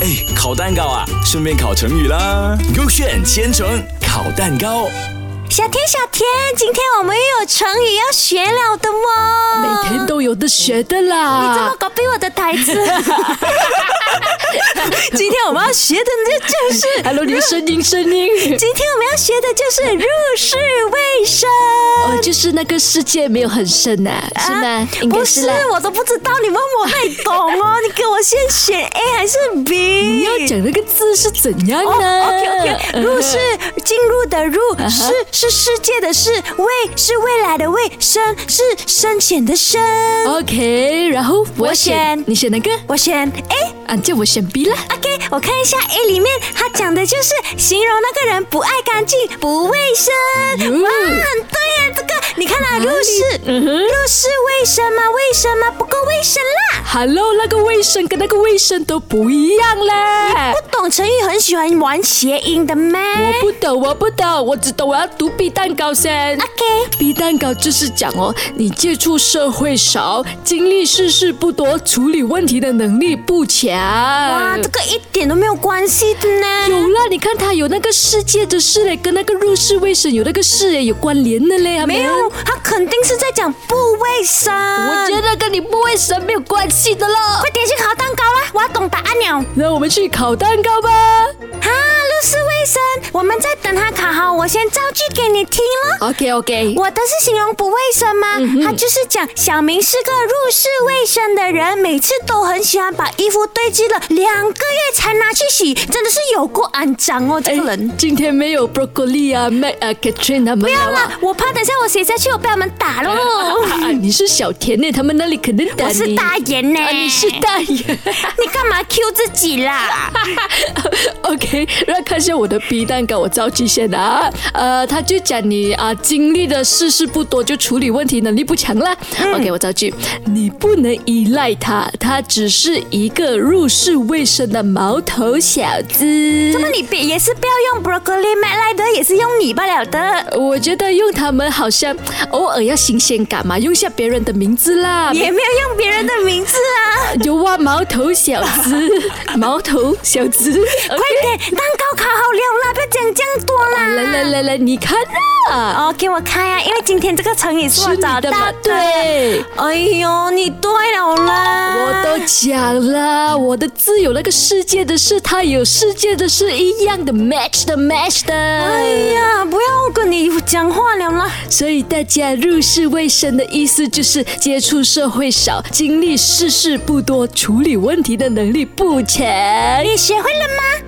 哎，烤蛋糕啊，顺便烤成语啦。勾选千层烤蛋糕，小天，小天，今天我们又有成语要学了的哦。每天都啊有的学的你怎么啦。搞背我的台词？今天我们要学的呢，就是， Hello，你的声音声音，今天我们要学的就是入世未深。哦，就是那个世界没有很深啊，是吗？应该不是啦。我都不知道，你问我还懂 哦。你给我先选 A 还是 B？你你要讲那个嗯字是怎样啊呢、 OK OK，入哦是进入的入，嗯世是世界的世，未是未来的未，深是深浅的深。 OK，然后我我选选你选哪个？我选 A。啊，叫我选 B 啦。 OK，我看一下 A 里面，它讲的就是形容那个人不爱干净、不卫生。哟哇，很对呀、这个你看啊，入世，入世卫生吗？卫生吗？不够卫生啦。 Hello，那个卫生跟那个卫生都不一样嘞。不懂成语很喜欢玩谐音的咩？我不懂，我不懂，我只懂我要读 B 蛋糕先。 OK。 B 蛋糕就是讲哦，你接触社会少，经历世事不多，处理问题的能力不强。哇，这个一点都没有关系的呢。有啦，你看它有那个世界的事嘞，跟那个入世卫生有那个事嘞有关联的嘞，他们没有，啊他肯定是在讲不卫生。我觉得跟你不卫生没有关系的啦。快点去烤蛋糕啦，我要懂答案了。那我们去烤蛋糕吧。哈，入世卫生，我们在等它烤好，我先造句给你听咯。 OK OK，我的是形容不卫生吗？嗯他就是讲小明是个入世未深的人，每次都很喜欢把衣服堆积了两个月才拿去洗，真的是有够肮脏哦，这个人。哎今天没有 broccoli 啊，Mac 啊，Katrin 他们不不要啦，我怕等下我写下去我被他们打了咯。啊，你是小甜呢，他们那里肯定打我你。是大言呢、啊，你是大爷。你干嘛 Q 自己 啦？ OK，让看一下我的 B 蛋糕，我造句先啊。呃，他就讲你啊、经历的世事不多，就处理问题能力不强啦。OK，我造嗯句，你不能依赖他，他只是一个入世未深的毛头小子。那你别也是不要用 broccoli m a l i 的，也是用你罢了的。我觉得用他们好像偶尔要新鲜感嘛，用一下别人的名字啦。也没有用别人的名字啊！有啊，毛头小子， 毛头小子，快点，啊蛋糕烤好了啦，不要讲这样多啦。来来来来，你看啊，哦，给我看呀、因为今天这个成语是我是你找到的吗的。？对。哎呦，你对了啦！我都讲了，我的字有那个世界的事，它有世界的事一样的 match 的 match 哎的。呀，不要跟你讲话了啦！所以大家入世未深的意思就是接触社会少，经历世事不多，处理问题的能力不强。你学会了吗？